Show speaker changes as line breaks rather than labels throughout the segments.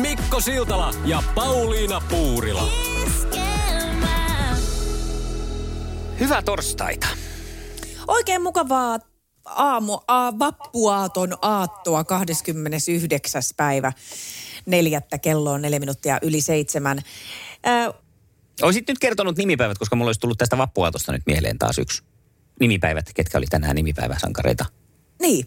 Mikko Siltala ja Pauliina Puurila.
Hyvää torstaita.
Oikein mukavaa aamu, a, vappuaaton aattoa 29. päivä neljättä kello on neljä minuuttia yli seitsemän. Ö,
Oisit nyt kertonut nimipäivät, koska mulla olisi tullut tästä vappuaatosta nyt mieleen taas yksi. Nimipäivät, ketkä oli tänään nimipäiväsankareita.
niin,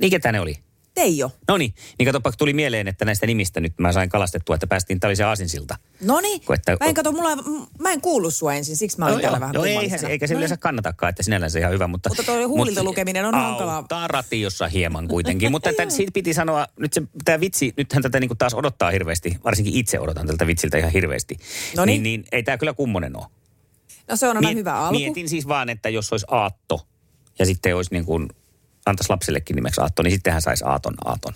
Niin ketä ne oli?
Teijo.
No niin, niin katsopa, kun tuli mieleen, että näistä nimistä nyt mä sain kalastettua, että päästiin, tämä oli se aasinsilta.
No niin,
Kun että- No
mä en kato, mulla, m- mä en kuullut sua ensin, siksi mä olin täällä vähän
joo, eihän, se-
kummallisena.
eikä se
No
yleensä
niin.
kannatakaan, että sinällään se ihan hyvä, mutta...
Mutta toi huulilta lukeminen on hankalaa.
Auttaa ratiossa hieman kuitenkin, mutta tämän, siitä piti sanoa, nyt se, tämä vitsi, nythän tätä niinku taas odottaa hirveästi, varsinkin itse odotan tältä vitsiltä ihan hirveästi.
No niin.
Niin, niin ei tämä kyllä kummonen ole.
No se on aina
Miet-
hyvä alku.
Mietin siis vaan, että jos olisi aatto ja sitten olisi niin kuin, antaisi lapsellekin nimeksi aatto, niin sittenhän saisi aaton aaton.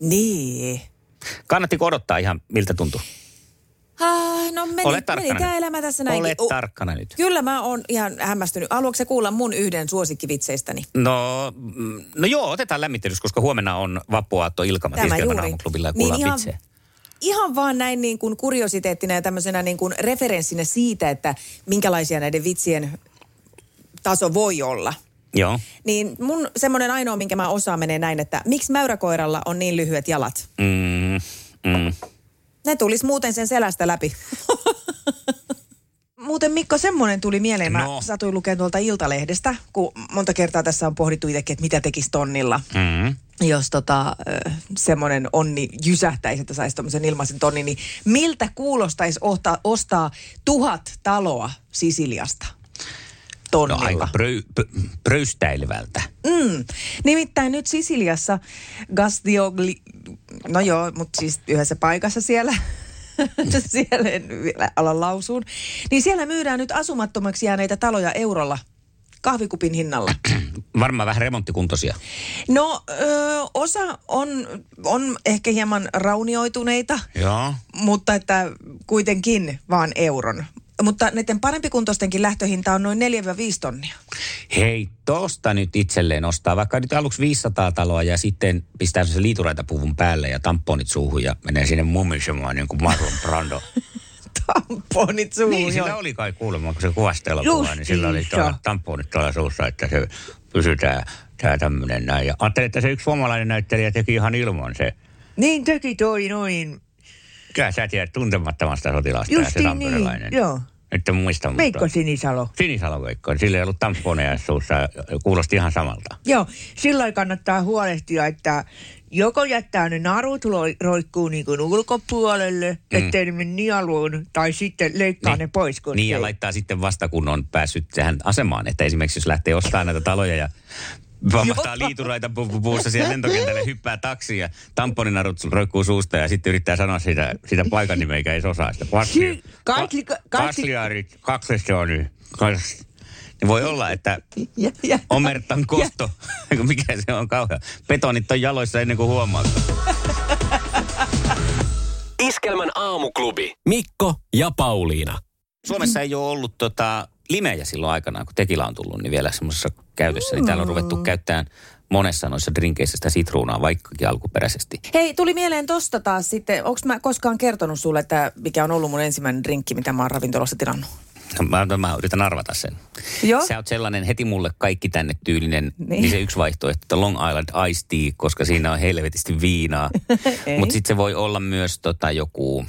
Niin.
Kannattiko odottaa ihan, miltä tuntuu?
Ah, no meni,
Ole
meni
tarkkana
tämä
nyt.
elämä tässä näinkin.
Ole
Oh,
tarkkana nyt.
Kyllä mä oon ihan hämmästynyt. Haluatko sä kuulla mun yhden suosikkivitseistäni?
No, mm, no joo, otetaan lämmittelys, koska huomenna on vappuaatto Ilkama
Tämä
Tiskelmän
juuri.
aamuklubilla ja
Niin
kuullaan
ihan-
vitsejä.
Ihan vaan näin niin kuin kuriositeettina ja tämmöisenä niin kuin referenssinä siitä, että minkälaisia näiden vitsien taso voi olla.
Joo,
Niin mun semmoinen ainoa, minkä mä osaan, menee näin, että miksi mäyräkoiralla on niin lyhyet jalat?
mm, mm.
Ne tulisi muuten sen selästä läpi. Muuten Mikko, semmoinen tuli mieleen. Mä
No.
satuin lukea tuolta Iltalehdestä, kun monta kertaa tässä on pohdittu itsekin, että mitä tekisi tonnilla.
Mm.
Jos tota, ö, semmoinen onni jysähtäisi, että saisi tommosen ilmaisen tonnin, niin miltä kuulostaisi ohtaa, ostaa tuhat taloa Sisiliasta
No
tonnilla?
aika pröy, pö, pröystäilevältä.
Mm. Nimittäin nyt Sisiliassa Gastiogli, no joo, mutta siis yhdessä paikassa siellä, siellä en vielä ala lausuun, niin siellä myydään nyt asumattomaksi jääneitä taloja eurolla kahvikupin hinnalla.
Varmaan vähän remonttikuntoisia.
No ö, osa on, on ehkä hieman raunioituneita,
Joo.
mutta että kuitenkin vaan euron. Mutta näiden parempikuntoistenkin lähtöhinta on noin 4-5 tonnia.
Hei, tosta nyt itselleen ostaa, vaikka nyt aluksi 500 taloa ja sitten pistää se liituraitapuvun päälle ja tamponit suuhun ja menee sinne mumisemaan niin kuin Marlon Brando.
Tamponit suuhun.
niin,
joo.
sillä oli kai kuulemma, kun se kuvastella kuvaa, niin sillä oli
Justiinsa.
tuolla, tamponit tuolla suussa, että se pysyy tää, tää tämmönen näin. Ja ajattelin, että se yksi suomalainen näyttelijä teki ihan ilman se.
Niin teki toi noin.
Kyllä sä tiedät tuntemattomasta sotilasta ja se
Justiin
tamperelainen.
niin, joo.
Nyt en muista,
Veikko
mutta...
Sinisalo.
Sinisalo Veikko, niin sillä ei ollut tamponeja suussa, kuulosti ihan samalta.
Joo, silloin kannattaa huolehtia, että joko jättää ne narut loi- roikkuu niin kuin ulkopuolelle, mm. ettei ne mene nieluun, tai sitten leikkaa
Niin.
niin. ne pois. Kun
Niin ja
se-
laittaa sitten vasta, kun on päässyt tähän asemaan. Että esimerkiksi jos lähtee ostamaan näitä taloja ja vammahtaa liituraita pu- pu- puussa siellä lentokentälle, hyppää taksiin ja tamponinarut su- roikkuu suusta ja sitten yrittää sanoa sitä, sitä paikan nimeä, eikä ei se osaa sitä. Kasli,
Si- kasli-
ka-
kasli-
kasliaarit, kaksessioni, kas- niin voi olla, että
ja, ja,
omertan kosto, mikä se on kauhea. Betonit on jaloissa ennen kuin huomaa.
Iskelmän aamuklubi. Mikko ja Pauliina.
Suomessa ei ole ollut tota, limejä silloin aikanaan, kun tekila on tullut, niin vielä semmoisessa käytössä. Niin täällä on ruvettu
Mm.
käyttämään monessa noissa drinkeissä sitä sitruunaa, vaikkakin alkuperäisesti.
Hei, tuli mieleen tosta taas sitten. Onko mä koskaan kertonut sulle, että mikä on ollut mun ensimmäinen drinkki, mitä mä oon ravintolassa tilannut?
No, Mä, mä yritän arvata sen.
Joo.
Sä oot sellainen heti mulle kaikki tänne tyylinen, niin,
No. Niin.
niin se yksi vaihtoehto, että Long Island Ice Tea, koska siinä on helvetisti viinaa.
Ei.
Mutta sitten se voi olla myös tota, joku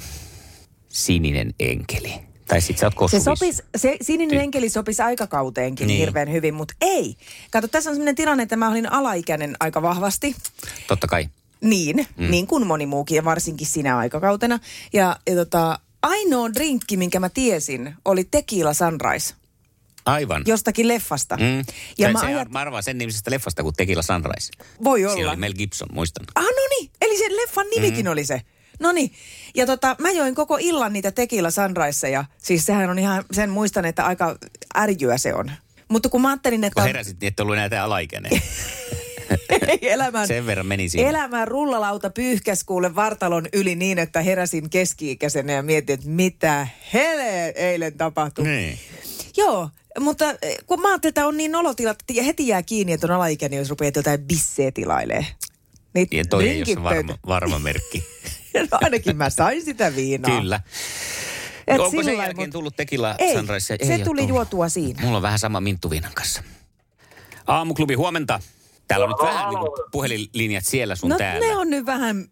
sininen enkeli. Tai sitten sä oot
Se,
kossuvis.
sopis, se sininen
Ty-
enkeli sopisi aikakauteenkin
Niin.
niin. hirveän hyvin, mutta ei. Kato, tässä on sellainen tilanne, että mä olin alaikäinen aika vahvasti.
Totta kai.
Niin, mm. niin kuin moni muukin ja varsinkin sinä aikakautena. Ja, ja tota, ainoa drinkki, minkä mä tiesin, oli Tequila Sunrise
Aivan.
jostakin leffasta.
Mm.
Ja
Ja
mä
se,
ajat...
mä arvaan sen nimisestä leffasta kuin Tequila Sunrise.
Voi
Siellä oli
olla.
Mel Gibson, muistan. Mhm.
Ah, no niin, eli se leffan nimikin mm. oli se. No niin. Ja tota, mä join koko illan niitä tekillä sunriseja. Siis sehän on ihan, sen muistan, että aika ärjyä se on. Mutta kun mä ajattelin, että...
Kun heräsit, niin et ollut näitä alaikäinen.
elämän,
Sen verran meni siinä.
elämän rullalauta pyyhkäs kuule vartalon yli niin, että heräsin keski-ikäisenä ja mietin, että mitä hele eilen tapahtui.
Niin.
Joo, mutta eh, kun mä ajattelin, että on niin nolotilat, ja heti jää kiinni, että on alaikäinen, jos rupeat jotain bissee tilailee. Niin
Ja toi ei ole se varma,
rinkipöytä.
varma merkki.
no ainakin mä sain sitä viinaa.
Kyllä.
No. Et
Onko
sillä
sen
lailla,
jälkeen
mut-
tullut tekila
Ei,
Sunrise?
se
ole
tuli
tullut.
juotua siinä.
Mulla on vähän sama minttuviinan kanssa. Aamuklubi, huomenta. Täällä on nyt vähän niin puhelinlinjat siellä sun
No
täällä.
ne on nyt vähän,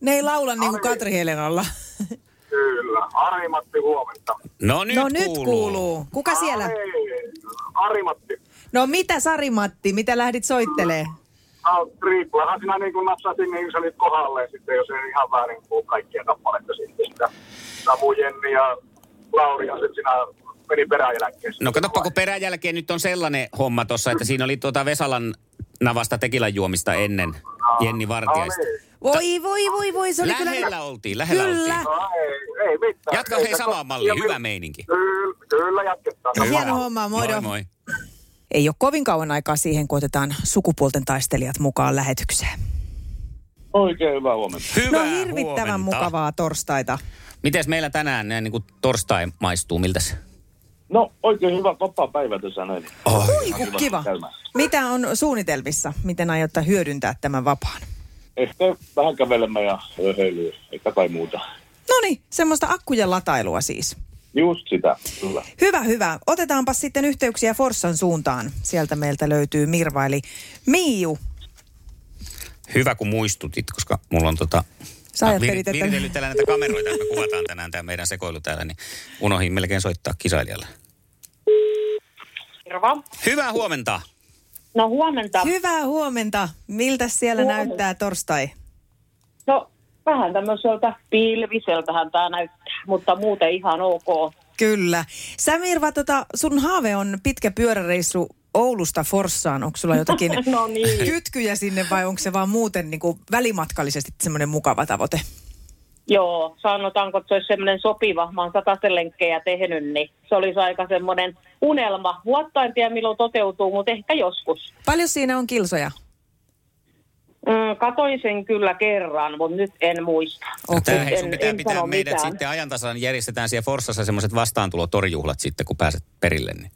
ne ei laula niin kuin Katri Helenalla.
Kyllä. Arimatti huomenta.
No nyt,
no nyt kuuluu.
kuuluu.
Kuka siellä?
Hei, Arimatti.
No mitä Sari-Matti, mitä lähdit soittelee?
Triplahan sinä niin kuin napsasin, niin sä olit kohdalle sitten, jos ei ihan väärin kuulu kaikkia kappaletta sitten sitä. Samu, Jenni ja Lauri ja sitten sinä meni peräjälkeen.
No katsoppa, kun perän jälkeen nyt on sellainen homma tuossa, että siinä oli tuota Vesalan navasta tekilan juomista ennen Jenni Vartiaista.
No niin.
Voi, voi, voi, voi, se oli kyllä...
Lähellä oltiin, lähellä
Kyllä.
oltiin.
No ei, ei mitään.
Jatka
Ei
hei
se
samaa
ko-
mallia,
ja
hyvä
mi-
meininki.
Kyllä, kyllä jatketaan.
Hieno homma, No moido.
Moi moi.
Ei ole kovin kauan aikaa siihen, kun otetaan sukupuolten taistelijat mukaan lähetykseen.
Oikein hyvää huomenta.
Hyvää
no hirvittävän
huomenta.
mukavaa torstaita.
Mites meillä tänään näin niin kuin torstai maistuu, miltäs?
No oikein hyvä vapaa päivä tässä näin.
Ui, kun kiva.
käymään.
Mitä on suunnitelmissa? Miten aiotte hyödyntää tämän vapaan?
Ehkä vähän kävelemään ja röhöilyä, eikä kai muuta.
No niin, semmoista akkujen latailua siis.
Just sitä, kyllä.
Hyvä, hyvä. Otetaanpa sitten yhteyksiä Forssan suuntaan. Sieltä meiltä löytyy Mirva, eli Miiju.
Hyvä, kun muistutit, koska mulla on tota...
Sä ajattelit,
vir-
että-
viritellyt täällä näitä kameroita, että me kuvataan tänään tämä meidän sekoilu täällä, niin unohin melkein soittaa kisailijalle.
Tervo.
Hyvää huomenta.
No huomenta.
Hyvää huomenta. Miltä siellä näyttää torstai?
No vähän tämmöiseltä pilviseltähän tämä näyttää, mutta muuten ihan ok.
Kyllä. Sä Mirva, tota, sun haave on pitkä pyöräreissu Oulusta Forssaan. Onko sulla jotakin
No niin.
kytkyjä sinne vai onko se vaan muuten niin kuin välimatkallisesti semmoinen mukava tavoite?
Joo, sanotaanko, että se olisi semmoinen sopiva. Mä oon sataisen lenkkejä tehnyt, niin se olisi aika semmoinen unelma. Vuotta en tiedä milloin toteutuu, mutta ehkä joskus.
Paljon siinä on kilsoja?
Mm, katoin sen kyllä kerran, mutta nyt en muista.
Okay. Tämä,
Nyt
hei, sun
en-
pitää
en
pitää
sano
meidät
mitään.
sitten ajantasalla, niin järjestetään siellä Forssassa semmoiset vastaantulotorjuhlat sitten, kun pääset perille. Niin.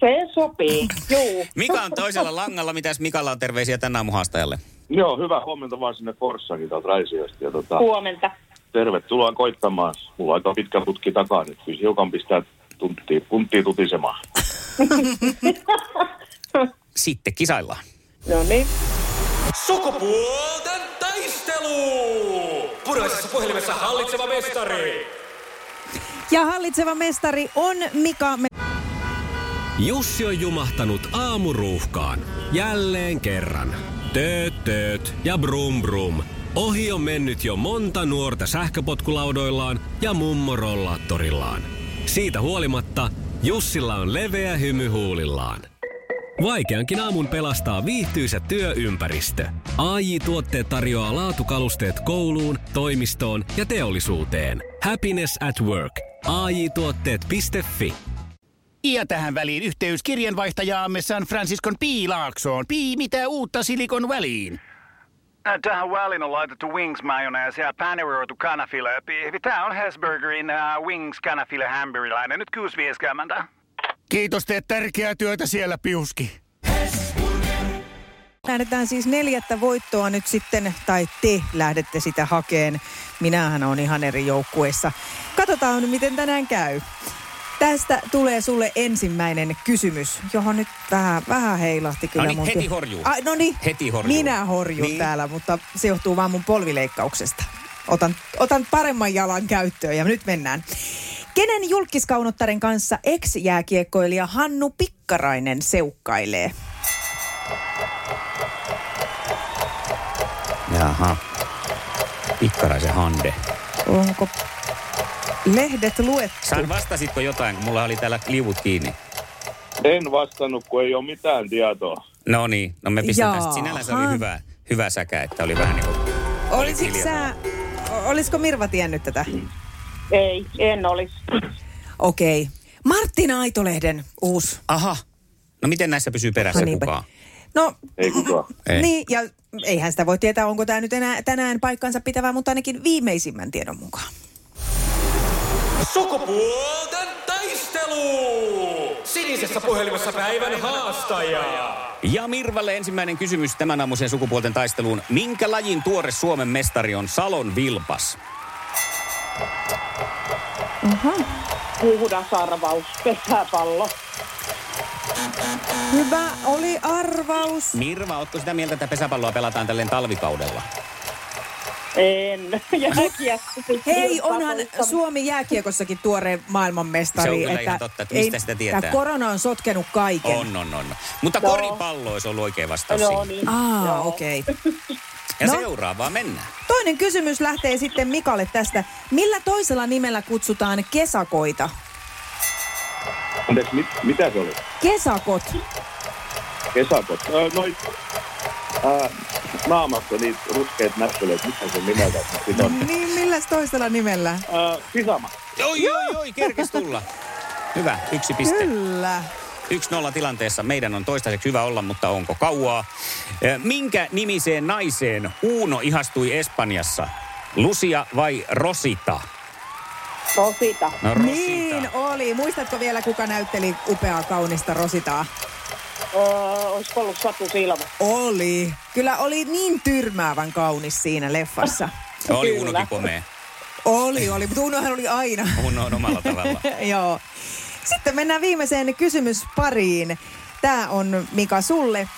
Se sopii, juu.
Mika on toisella langalla. Mitäs Mikalla on terveisiä tänään aamun haastajalle?
Joo, hyvä huomenta vaan sinne Forssakin täältä Raisiosta. Ja tota,
Huomenta.
tervetuloa koittamaan. Mulla on aika pitkä putki takaa nyt. Kyllä se hiukan pistää tuntia, tuntia tutisemaan.
Sitten kisaillaan.
No niin.
Sukupuolten taistelu! Puraisessa puhelimessa hallitseva mestari!
Ja hallitseva mestari on Mika. Me-
Jussi on jumahtanut aamuruuhkaan. Jälleen kerran. Tööt, tööt ja brum brum. Ohi on mennyt jo monta nuorta sähköpotkulaudoillaan ja mummorollaattorillaan. Siitä huolimatta Jussilla on leveä hymy huulillaan. Vaikeankin aamun pelastaa viihtyisä työympäristö. AI Tuotteet tarjoaa laatukalusteet kouluun, toimistoon ja teollisuuteen. Happiness at work. AJ-tuotteet.fi
Ja tähän väliin yhteys kirjanvaihtajaamme San Franciscon P. Laaksoon. Pii, mitä uutta Silikon väliin?
Ä, Äh, Tähän väliin on laitettu wings mayonnaise ja paneroitu kanafila. Tämä on Hesburgerin äh, wings kanafila hamburilainen. Nyt 6.50.
Kiitos, teet tärkeää työtä siellä, Piuski.
Lähdetään siis neljättä voittoa nyt sitten, tai te lähdette sitä hakeen. Minähän on ihan eri joukkueessa. Katsotaan nyt, miten tänään käy. Tästä tulee sulle ensimmäinen kysymys, johon nyt vähän, vähän heilahti kyllä.
No niin,
mun
heti
ky-
horjuu.
Ai, no niin,
Heti horjuu.
Minä horjun
Niin.
niin. täällä, mutta se johtuu vaan mun polvileikkauksesta. Otan, otan paremman jalan käyttöön ja nyt mennään. Kenen julkiskaunottaren kanssa ex-jääkiekkoilija Hannu Pikkarainen seukkailee?
Jaha. Pikkaraisen hande.
Onko lehdet luettu?
San, vastasitko jotain, kun mulla oli täällä liuvut kiinni?
En vastannut, kun ei ole mitään tietoa.
No niin, no me pistetään.
Jaa.
Sinällään se oli hyvä, hyvä säkä, että oli vähän niin kuin...
Olisitko
hiljaa.
sä olisiko Mirva tiennyt tätä?
Ei, en olisi.
Okei. Okay. Martina Aitolehden uusi.
Aha. No miten näissä pysyy perässä
No
no,
niinpä.
kukaan?
No,
Ei kukaan.
Ei.
Niin, ja eihän sitä voi tietää, onko tämä nyt enää, tänään paikkansa pitävää, mutta ainakin viimeisimmän tiedon mukaan.
Sukupuolten taistelu! Sinisessä puhelimessa päivän haastaja.
Ja Mirvalle ensimmäinen kysymys tämän aamuisen sukupuolten taisteluun. Minkä lajin tuore Suomen mestari on Salon Vilpas?
Puhdas arvaus, pesäpallo.
Hyvä oli arvaus.
Mirva, ootko sitä mieltä, että pesäpalloa pelataan tälleen talvikaudella?
En. Ja jääkiekko.
Hei, onhan Suomi jääkiekossakin tuore maailmanmestari.
Se on kyllä ihan totta, että mistä sitä tietää?
Tämä korona on sotkenut kaiken.
On, on, on. Mutta
No.
Joo.
koripallo olisi ollut oikein vastaus
No
siihen.
niin.
Aa,
Joo.
okei. Okay.
Ja
No.
seuraavaa mennään.
Toinen kysymys lähtee sitten Mikalle tästä. Millä toisella nimellä kutsutaan kesakoita?
Anteeksi, mit, mitä se oli?
Kesakot.
Kesakot. Öö, noit ää, naamassa niitä ruskeat näppeleet. Mitä se nimeltä sitä on?
Niin, milläs toisella nimellä?
Ää, pisama.
Oi, oi, oi, kerkes tulla. Hyvä, yksi piste.
Kyllä.
Yksi nolla tilanteessa. Meidän on toistaiseksi hyvä olla, mutta onko kauaa? Ö, Minkä nimiseen naiseen Uuno ihastui Espanjassa? Lucia vai Rosita?
Rosita.
No Rosita.
Niin oli. Muistatko vielä, kuka näytteli upeaa, kaunista Rositaa?
Öö, olisiko ollut Satu Silva?
Oli. Kyllä oli niin tyrmäävän kaunis siinä leffassa.
Oli
Kyllä.
Uunokin komea.
Oli, oli. Mutta Unohan oli aina.
Uuno on omalla tavalla.
Joo. Sitten mennään viimeiseen kysymyspariin. Tämä on Mika sulle.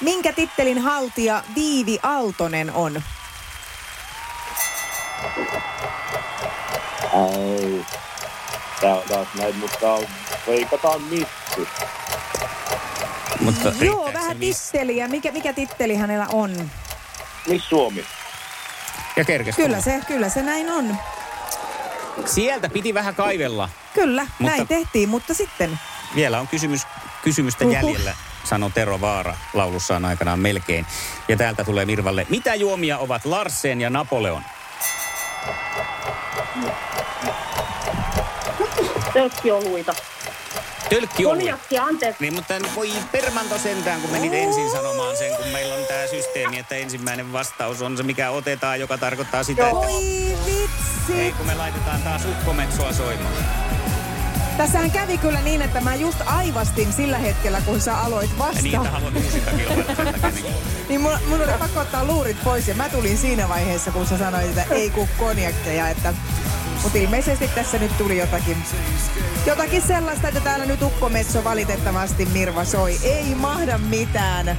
Minkä tittelin haltija Viivi Aaltonen on?
Ai. Tää on taas näin, mutta on- veikataan missi.
Mutta
Joo,
riittääkö se
vähän
viisi?
titteliä. Mikä, mikä titteli hänellä on?
Miss Suomi.
Ja kerkes
Kyllä
tulla.
se, kyllä se näin on.
Sieltä piti vähän kaivella.
Kyllä,
Mutta-
näin tehtiin, mutta sitten
Vielä on kysymys, kysymystä
Uhu.
jäljellä, sanoi Tero Vaara laulussaan aikanaan melkein. Ja täältä tulee Mirvalle. Mitä juomia ovat Larsen ja Napoleon?
Tölkki on luita.
Tölkki on.
Konjakki, anteeksi.
Niin, mutta voi permanto sentään, kun menit ensin sanomaan sen, kun meillä on tämä systeemi, että ensimmäinen vastaus on se, mikä otetaan, joka tarkoittaa sitä,
Oi
että
vitsi!
ei kun me laitetaan taas ukkometsoa soimaan.
Tässähän kävi kyllä niin, että mä just aivastin sillä hetkellä, kun sä aloit
Ja niitä
vasta.
haluan uusinta kilpailuja.
Niin mun, mun oli pakko ottaa luurit pois ja mä tulin siinä vaiheessa, kun sä sanoit, että ei kun konjakkeja. Että... Mutta ilmeisesti tässä nyt tuli jotakin, jotakin sellaista, että täällä nyt ukkometso valitettavasti Mirva soi. Ei mahda mitään.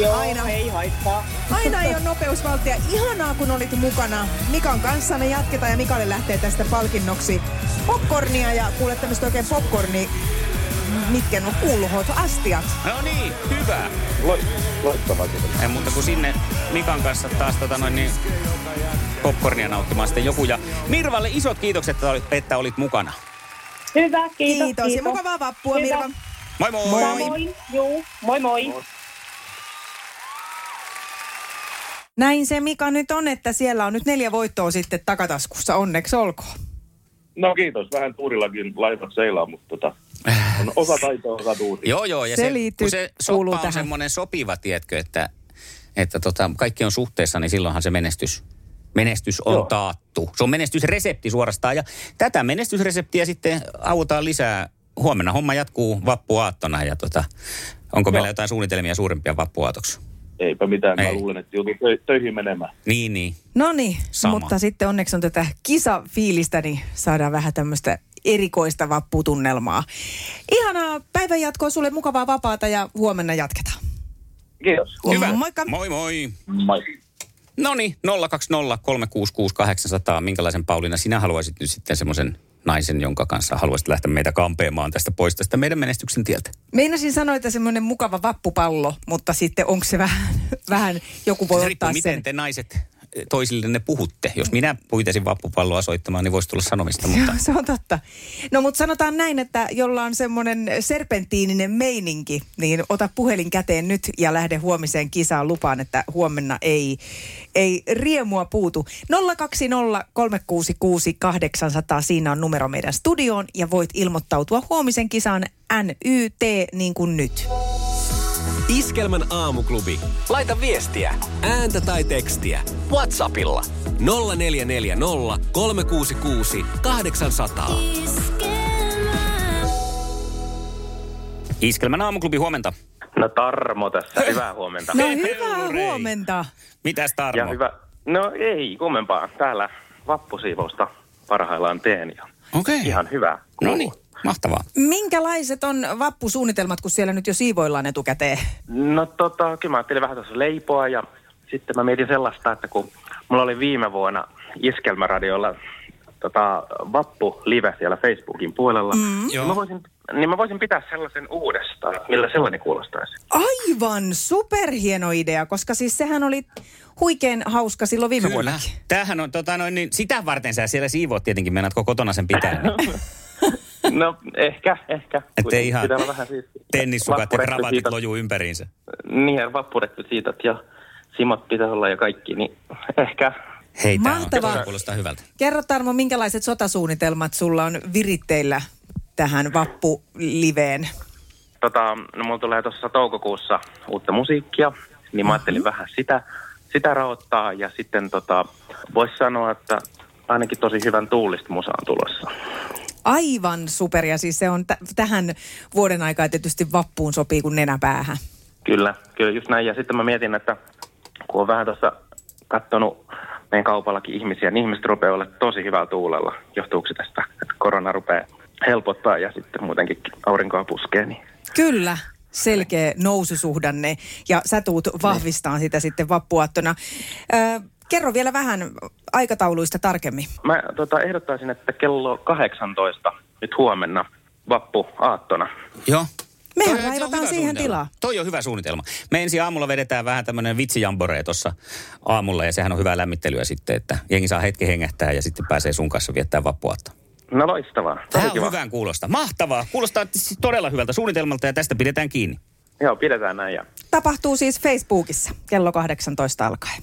Joo,
Aina.
ei haittaa.
Aina ei ole nopeusvaltia. Ihanaa, kun olit mukana. Mikan kanssa me jatketaan ja Mikalle lähtee tästä palkinnoksi popcornia ja kuule tämmöistä oikein popcorni, mitkä on kulhot, astiat.
No niin, hyvä.
Lo, loistavaa kyllä.
Ei muuta kuin sinne Mikan kanssa taas tota noin, niin popcornia nauttimaan sitten joku. Ja Mirvalle isot kiitokset, että olit, että olit mukana.
Hyvä, kiitos.
Kiitos, ja mukavaa vappua
Hyvä.
Mirva.
Moi moi!
Moi.
Samoin, juu, moi moi.
Näin se Mika nyt on, että siellä on nyt neljä voittoa sitten takataskussa. Onneksi olkoon.
No kiitos, vähän tuurillakin laivat seilaa, mutta tota, on osa taitoa, osa tuuria.
Joo, joo. Ja
Se
se,
liittyy-
kun se
kuuluu
soppa
tähän.
on semmoinen sopiva, tiedätkö, että, että tota, kaikki on suhteessa, niin silloinhan se menestys, menestys on joo.
Joo.
taattu. Se on menestysresepti suorastaan. Ja tätä menestysreseptiä sitten autaan lisää. Huomenna homma jatkuu vappuaattona ja tota, onko joo. meillä jotain suunnitelmia suurempia vappuaatoksi?
Eipä mitään,
Ei.
mä luulen, että joutun tö- töihin menemään.
Niin, niin.
No niin,
Sama.
mutta sitten onneksi on tätä kisafiilistä, niin saadaan vähän tämmöistä erikoista vapputunnelmaa. Ihanaa päivän jatkoa sulle, mukavaa vapaata ja huomenna jatketaan.
Kiitos.
Hyvä.
Moikka.
Moi moi.
Moi.
No niin, 020366800. Minkälaisen Pauliina sinä haluaisit nyt sitten semmoisen naisen, jonka kanssa haluaisit lähteä meitä kampeamaan tästä pois tästä meidän menestyksen tieltä?
Meinasin sanoa, että semmoinen mukava vappupallo, mutta sitten onko se vähän, vähän joku voi
Se
ottaa
riippuu, miten
sen.
te naiset eh, toisille ne puhutte. Jos minä puitesin vappupalloa soittamaan, niin voisi tulla sanomista,
Se
mutta
on, se on totta. No mutta sanotaan näin, että jolla on semmoinen serpentiininen meininki, niin ota puhelin käteen nyt ja lähde huomiseen kisaan lupaan, että huomenna ei, ei riemua puutu. 020366800, siinä on numero meidän studioon ja voit ilmoittautua huomisen kisaan NYT niin kuin nyt.
No
Iskelmän aamuklubi. Laita viestiä, ääntä tai tekstiä. Whatsappilla 0440 366 800.
Iskelmän aamuklubi huomenta.
No Tarmo tässä, hyvää huomenta.
No
Hei,
hyvää
hurrei.
huomenta.
Mitäs Tarmo?
Ja hyvä, no ei kummempaa. Täällä vappusiivousta parhaillaan teen ja
Okei.
ihan hyvä.
No niin, mahtavaa.
Minkälaiset on vappusuunnitelmat, kun siellä nyt jo siivoillaan etukäteen?
No tota, kyllä mä ajattelin vähän tuossa leipoa ja sitten mä mietin sellaista, että kun mulla oli viime vuonna Iskelmäradiolla tota, Vappu Live siellä Facebookin puolella, mm.
Joo.
niin, mä voisin, niin mä voisin pitää sellaisen uudestaan, millä Äh, sellainen kuulostaisi.
Aivan superhieno idea, koska siis sehän oli huikein hauska silloin viime vuonna.
Tämähän on, tota noin, niin sitä varten sä siellä siivoot tietenkin, meinaatko kotona sen pitää?
No ehkä, ehkä.
Että ei ihan
Pitää olla vähän siis
tennissukat ja
vappuretki
kravatit
siitä-
lojuu ympäriinsä.
Niin, ja vappurekvisiitat ja simot pitää olla ja kaikki, niin ehkä.
Hei, tää on,
Mahtavaa.
tää kuulostaa hyvältä.
Kerro Tarmo, minkälaiset sotasuunnitelmat sulla on viritteillä tähän vappuliveen?
Tota, no mulla tulee tuossa toukokuussa uutta musiikkia, niin mä
Mhm.
ajattelin vähän sitä, sitä raottaa ja sitten tota, voisi sanoa, että ainakin tosi hyvän tuulista musa on tulossa.
Aivan super, ja siis se on t- tähän vuoden aikaa tietysti vappuun sopii kuin nenä päähän.
Kyllä, kyllä just näin. Ja sitten mä mietin, että kun on vähän tuossa katsonut meidän kaupallakin ihmisiä, niin ihmiset rupeaa olla tosi hyvällä tuulella. Johtuuko se tästä, että korona rupeaa helpottaa ja sitten muutenkin aurinkoa puskee, niin
Kyllä, selkeä noususuhdanne, ja sä tuut vahvistaan sitä sitten vappuaattona. Ö, kerro vielä vähän aikatauluista tarkemmin.
Mä tota, ehdottaisin, että kello 18 nyt huomenna vappu aattona.
Joo.
Mehän
Toi- se on
raivataan
hyvä
siihen
suunnitelma.
tilaa.
Toi on hyvä suunnitelma. Me ensi aamulla vedetään vähän tämmöinen vitsijamboree tuossa aamulla ja sehän on hyvää lämmittelyä sitten, että jengi saa hetki hengähtää ja sitten pääsee sun kanssa viettää vappuaatta.
No loistavaa.
Tämä
Oli
on hyvän kuulosta. Mahtavaa. Kuulostaa siis todella hyvältä suunnitelmalta ja tästä pidetään kiinni.
Joo, pidetään näin. Ja...
Tapahtuu siis Facebookissa kello 18 alkaen.